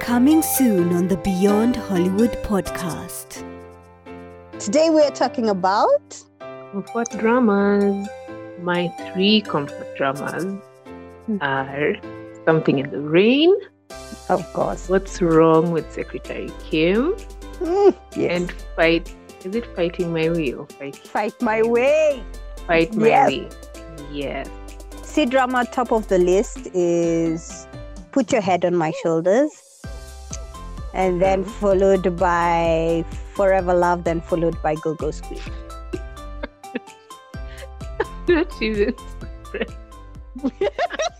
Coming soon on the Beyond Hollywood podcast. Today we're talking about Comfort dramas. My three comfort dramas Hmm. are Something in the Rain, Of course. What's Wrong with Secretary Kim, Mm, yes. and Fight. Is it Fighting My Way or Fight, Fight My Way. fight My Yes. Way? Yes. C drama top of the list is Put Your Head on My Shoulders. And then followed by Forever Love, then followed by Go Go Squeak. That is it.